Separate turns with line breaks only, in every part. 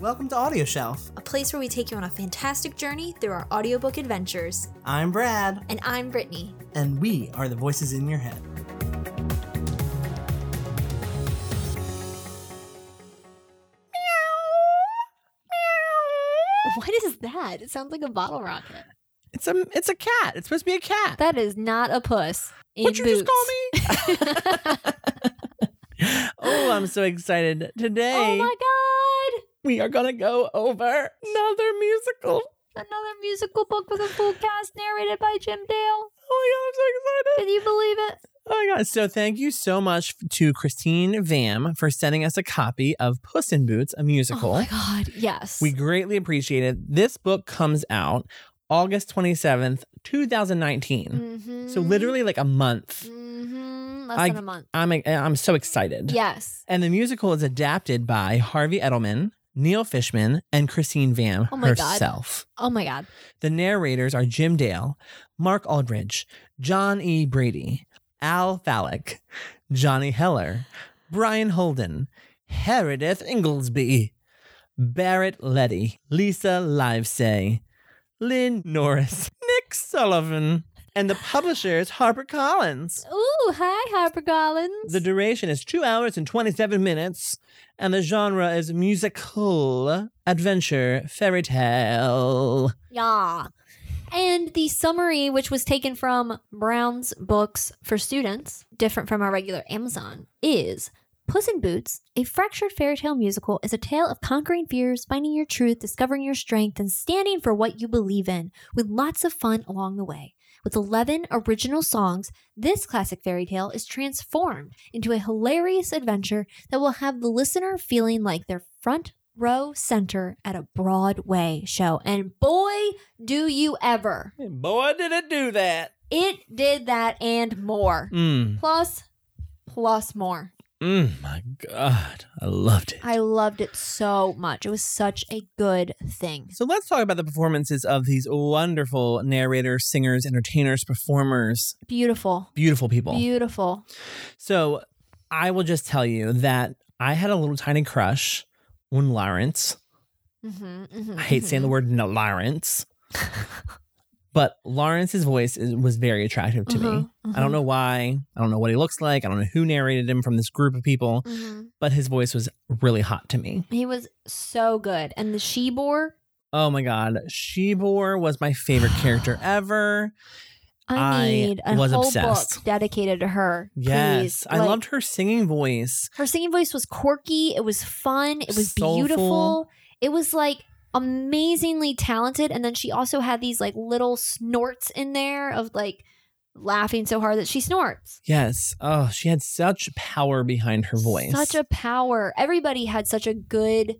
Welcome to Audio Shelf.
a place where we take you on a fantastic journey through our audiobook adventures.
I'm Brad,
And I'm Brittany.
and we are the voices in your head.
What is that? It sounds like a bottle rocket.
It's a it's a cat. It's supposed to be a cat.
That is not a puss. In
What'd you just call me? oh, I'm so excited.
oh
Today
my god!
we are gonna go over another musical.
Another musical book with a full cast narrated by Jim Dale.
Oh my god, I'm so excited.
Can you believe it?
Oh my god. So thank you so much to Christine Vam for sending us a copy of Puss in Boots, a musical.
Oh my god, yes.
We greatly appreciate it. This book comes out August 27th, 2019.
mm-hmm.
So literally like a month.
hmm less
I-
than a month.
I'm I'm so excited.
Yes.
And the musical is adapted by Harvey Edelman, Neil Fishman, and Christine Vam
Oh my God.
herself.
Oh my god.
The narrators are Jim Dale, Mark Aldridge, John E. Brady, Al Fallick, Johnny Heller, Brian Holden, Meredith Inglesby, Barrett Letty, Lisa Livesay, Lynn Norris, Nick Sullivan, and the publishers HarperCollins.
Ooh, hi HarperCollins.
The duration is two hours and 27 minutes, and the genre is musical, adventure, fairy tale.
Yeah. And the summary, which was taken from Brown's Books for Students, different from our regular Amazon, is Puss in Boots, a fractured fairy tale musical, is a tale of conquering fears, finding your truth, discovering your strength, and standing for what you believe in, with lots of fun along the way. With 11 original songs, this classic fairy tale is transformed into a hilarious adventure that will have the listener feeling like they're front row center at a Broadway show. And boy, do you ever!
Boy, did it do that.
It did that and more.
Mm,
Plus, plus more.
mm, my God. I loved it.
I loved it so much. It was such a good thing.
So let's talk about the performances of these wonderful narrators, singers, entertainers, performers,
Beautiful.
beautiful people.
Beautiful.
so I will just tell you that I had a little tiny crush on Lawrence.
Mm-hmm, hmm
I hate saying the word no, Lawrence, but Lawrence's voice is, was very attractive
mm-hmm.
to me. I don't know why. I don't know what he looks like. I don't know who narrated him from this group of people, but his voice was really hot to me.
mm-hmm. He was so good. And the she boar,
Oh my God. Shebor was my favorite character ever.
I,
I
need a
was
whole book
obsessed.
dedicated to her.
Yes.
Please.
I
Like,
loved her singing voice.
her singing voice was quirky it was fun it was
Soulful.
beautiful it was like amazingly talented and then she also had these like little snorts in there of like laughing so hard that she snorts
Yes. Oh, she had such power behind her voice.
such a power everybody had such a good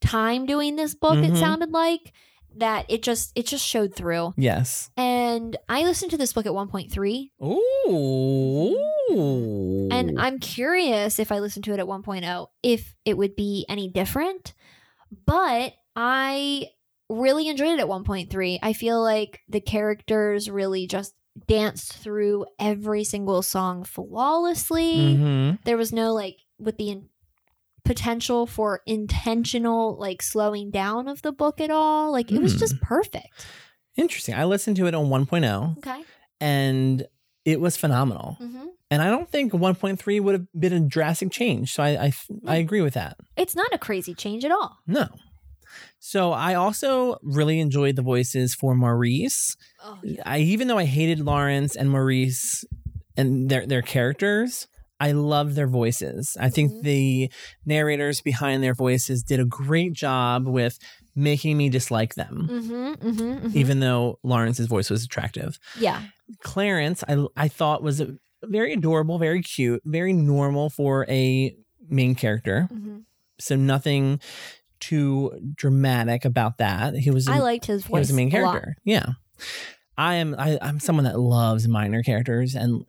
time doing this book it
Mhm.
sounded like that it just it just showed through
Yes.
and i listened to this book at 1.3
Ooh.
And I'm curious if I listened to it at 1.0 if it would be any different. But I really enjoyed it at 1.3. I feel like the characters really just danced through every single song flawlessly.
Mhm.
There was no like with the in- potential for intentional like slowing down of the book at all. Like it was
Hmm.
just perfect.
Interesting. I listened to it on 1.0
Okay.
and it was phenomenal.
hmm
And I don't think 1.3 would have been a drastic change. So I, I,
Mm.
I agree with that.
It's not a crazy change at all.
No. So I also really enjoyed the voices for Maurice.
Oh,
I even though I hated Lawrence and Maurice and their their characters, I love their voices. I think
Mhm.
the narrators behind their voices did a great job with making me dislike them.
hmm hmm
Even though Lawrence's voice was attractive,
yeah.
Clarence I I thought was a- very adorable, very cute, very normal for a main character.
hmm
So nothing too dramatic about that. He was
I liked his voice.
he was the main
a lot.
character. Yeah. I am I, I'm someone that loves minor characters and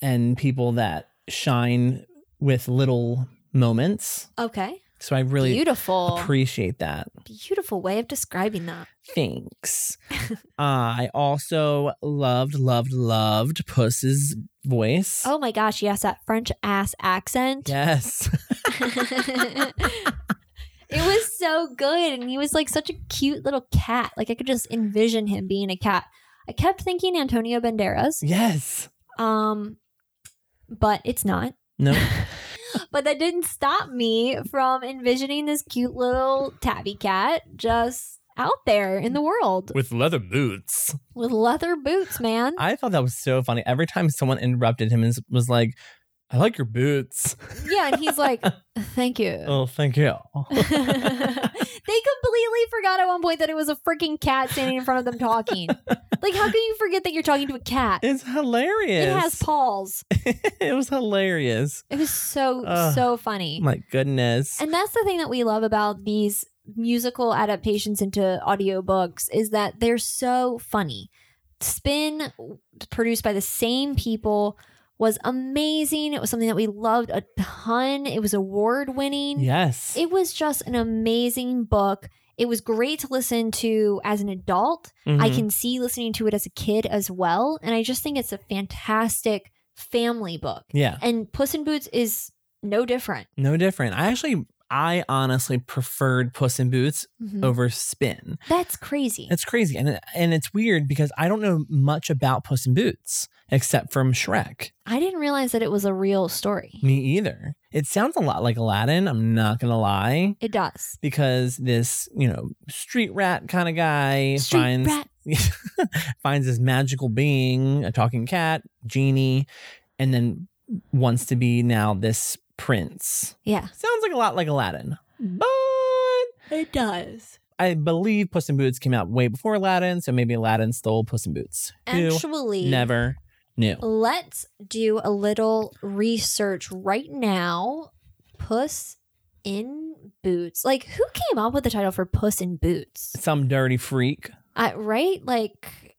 and people that shine with little moments.
Okay.
So I really
beautiful.
appreciate that.
beautiful way of describing that.
Thanks. Uh, I also loved, loved, loved Puss's voice.
Oh my gosh, yes, that French ass accent.
Yes.
It was so good. And he was like such a cute little cat. Like I could just envision him being a cat. I kept thinking Antonio Banderas.
Yes.
Um but it's not.
No.
But that didn't stop me from envisioning this cute little tabby cat just out there in the world
with leather boots.
with leather boots, man.
I thought that was so funny. Every time someone interrupted him and s- was like, I like your boots.
Yeah, and he's like, "Thank you."
Oh, thank you.
they completely forgot at one point that it was a freaking cat standing in front of them talking. like, how can you forget that you're talking to a cat?
It's hilarious.
It has paws.
it was hilarious.
It was so
Ugh.
so funny.
My goodness.
And that's the thing that we love about these musical adaptations into audiobooks is that they're so funny. Spin, produced by the same people, was amazing. It was something that we loved a ton. It was award winning.
yes.
It was just an amazing book. It was great to listen to as an adult. I
Mhm.
can see listening to it as a kid as well. And I just think it's a fantastic family book.
Yeah.
And Puss in Boots is no different.
No different. I actually, I honestly preferred Puss in Boots
Mhm.
over Spin.
That's crazy.
Oh. It's crazy. And, and it's weird because I don't know much about Puss in Boots except from Shrek.
I didn't realize that it was a real story.
Me either. It sounds a lot like Aladdin. I'm not going to lie.
It does.
Because this, you know, street rat kind of guy
Street
finds
rat.
finds this magical being, a talking cat, genie, and then wants to be now this prince.
Yeah.
Sounds like a lot like Aladdin, but
It does.
I believe Puss in Boots came out way before Aladdin, so maybe Aladdin stole Puss in Boots.
Actually,
Who never knew.
Let's do a little research right now. Puss in Boots. Like, who came up with the title for Puss in Boots?
Some dirty freak.
Uh, right? Like,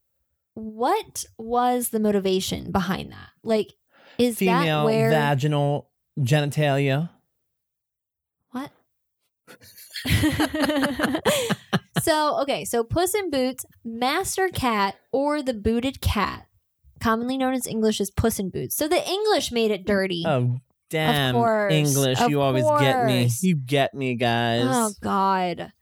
what was the motivation behind that? Like, is
Female
that where
vaginal genitalia.
what? so okay, so Puss in Boots, Master Cat, or the Booted Cat, commonly known as English as Puss in Boots. So the English made it dirty.
Oh damn
course,
English,
of
you always get me.
course.
You get me, guys.
Oh God.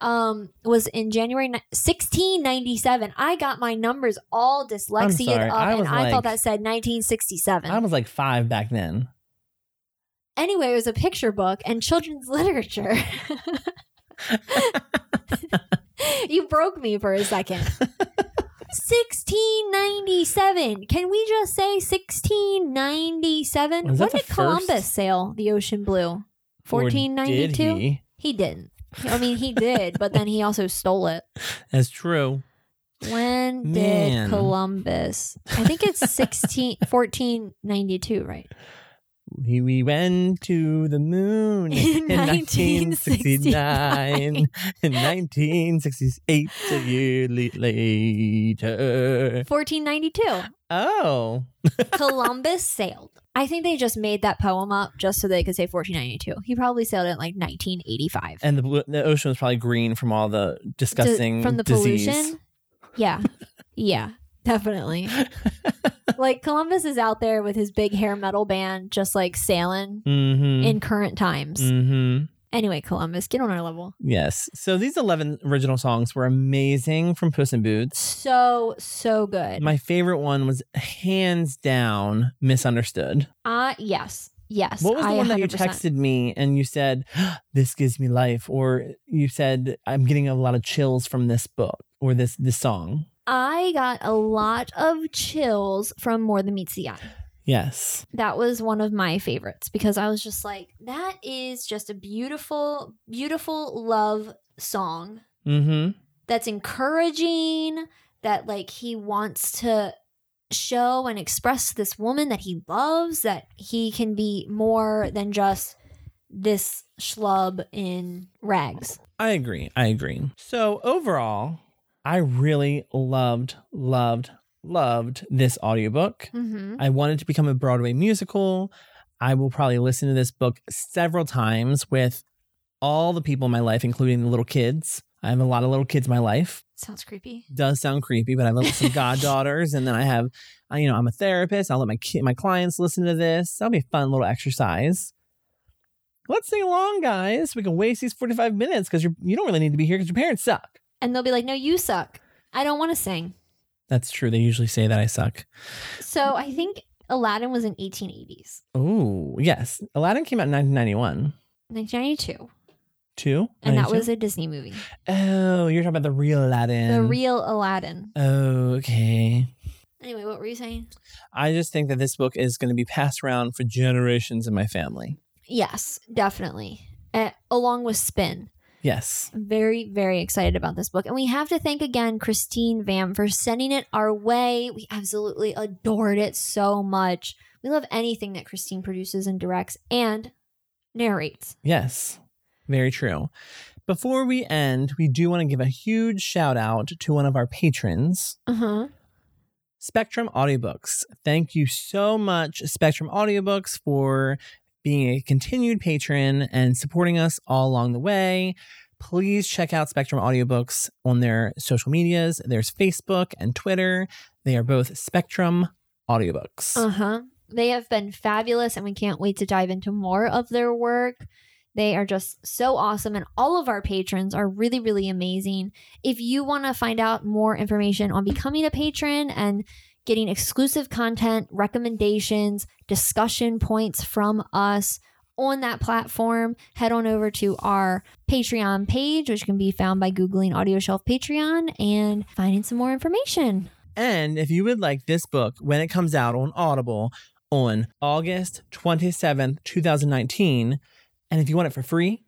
Um, was in January ni- 1697. I got my numbers all dyslexia
sorry,
up,
I
and
was
I thought
like-
that said 1967.
I was like five back then.
anyway, it was a picture book and children's literature. you broke me for a second. 1697. Can we just say 1697?
Was that
When
the
did Columbus
first?
sail the ocean blue?
Or did
1492?
he?
He didn't. I mean, he did, but then he also stole it.
That's true.
When
Man.
did Columbus? I think it's 16, 1492, right?
We, we went to the moon in,
In
1969. In 1968, a year le- later.
1492.
Oh,
Columbus sailed. I think they just made that poem up just so they could say 1492. He probably sailed in like 1985.
and the, blue- the ocean was probably green from all the
D-
disgusting
from the
disease.
pollution. Yeah. Yeah. Definitely. like Columbus is out there with his big hair metal band just like sailing
Mm-hmm.
in current times.
mm-hmm.
Anyway, Columbus, get on our level.
Yes. So these 11 original songs were amazing from Puss in Boots.
So, so good.
My favorite one was hands down misunderstood.
Uh yes. Yes.
What was the
I
one that you
100%.
texted me and you said, "This gives me life," or you said, "I'm getting a lot of chills from this book or this this song."
I got a lot of chills from More Than Meets the Eye.
Yes,
That was one of my favorites because I was just like, that is just a beautiful, beautiful love song
mm-hmm.
that's encouraging, that like he wants to show and express to this woman that he loves, that he can be more than just this schlub in rags.
I agree. I agree. So overall, I really loved, loved, loved this audiobook.
Mm-hmm.
I wanted to become a Broadway musical. I will probably listen to this book several times with all the people in my life, including the little kids. I have a lot of little kids in my life.
Sounds creepy.
does sound creepy, but I have some goddaughters, and then I have, I, you know, I'm a therapist. I'll let my ki- my clients listen to this. That'll be a fun little exercise. let's sing along, guys. We can waste these 45 minutes because you don't really need to be here because your parents suck.
And they'll be like, no, you suck. I don't want to sing.
That's true. They usually say that I suck.
So I think Aladdin was in 1880s,
Oh, yes. Aladdin came out in 1991.
1992.
Two?
And that
92?
was a Disney movie.
Oh, you're talking about the real Aladdin.
the real Aladdin.
Okay.
Anyway, what were you saying?
I just think that this book is going to be passed around for generations in my family.
Yes, definitely. Uh, along with Spin.
Yes.
Very, very excited about this book. And we have to thank again Christine Vam for sending it our way. We absolutely adored it so much. We love anything that Christine produces and directs and narrates.
Yes, very true. Before we end, we do want to give a huge shout out to one of our patrons,
Uh-huh.
Spectrum Audiobooks. Thank you so much, Spectrum Audiobooks, for being a continued patron and supporting us all along the way. Please check out Spectrum Audiobooks on their social medias. There's Facebook and Twitter. They are both Spectrum Audiobooks.
Uh-huh. They have been fabulous and we can't wait to dive into more of their work. They are just so awesome and all of our patrons are really really amazing. If you want to find out more information on becoming a patron and getting exclusive content, recommendations, discussion points from us on that platform, head on over to our Patreon page, which can be found by Googling Audio Shelf Patreon and finding some more information.
And if you would like this book when it comes out on Audible on August 27th, 2019, and if you want it for free,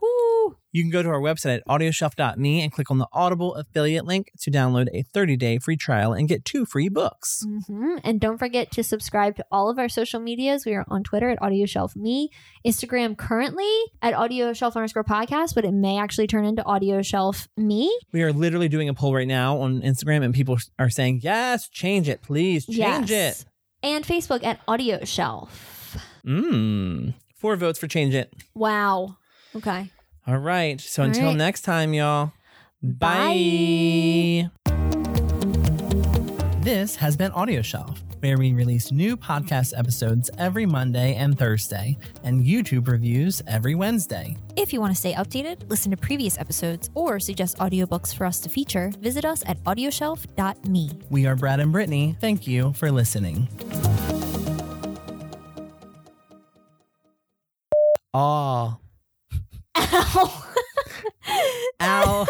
Whoo!
you can go to our website at audioshelf.me and click on the Audible affiliate link to download a 30 day free trial and get two free books.
hmm And don't forget to subscribe to all of our social medias. We are on Twitter at AudioshelfMe, Instagram currently at Audioshelf underscore podcast, but it may actually turn into AudioshelfMe.
We are literally doing a poll right now on Instagram, and people are saying, Yes, change it, please change
Yes. And Facebook at AudioShelf.
it. Mmm. Four votes for change it.
Wow. Okay.
All right. So
All
until
right.
next time, y'all.
Bye.
This has been Audio Shelf, where we release new podcast episodes every Monday and Thursday, and YouTube reviews every Wednesday.
If you want to stay updated, listen to previous episodes, or suggest audiobooks for us to feature, visit us at audioshelf.me.
We are Brad and Brittany. Thank you for listening. Aw.
Ow.
Ow.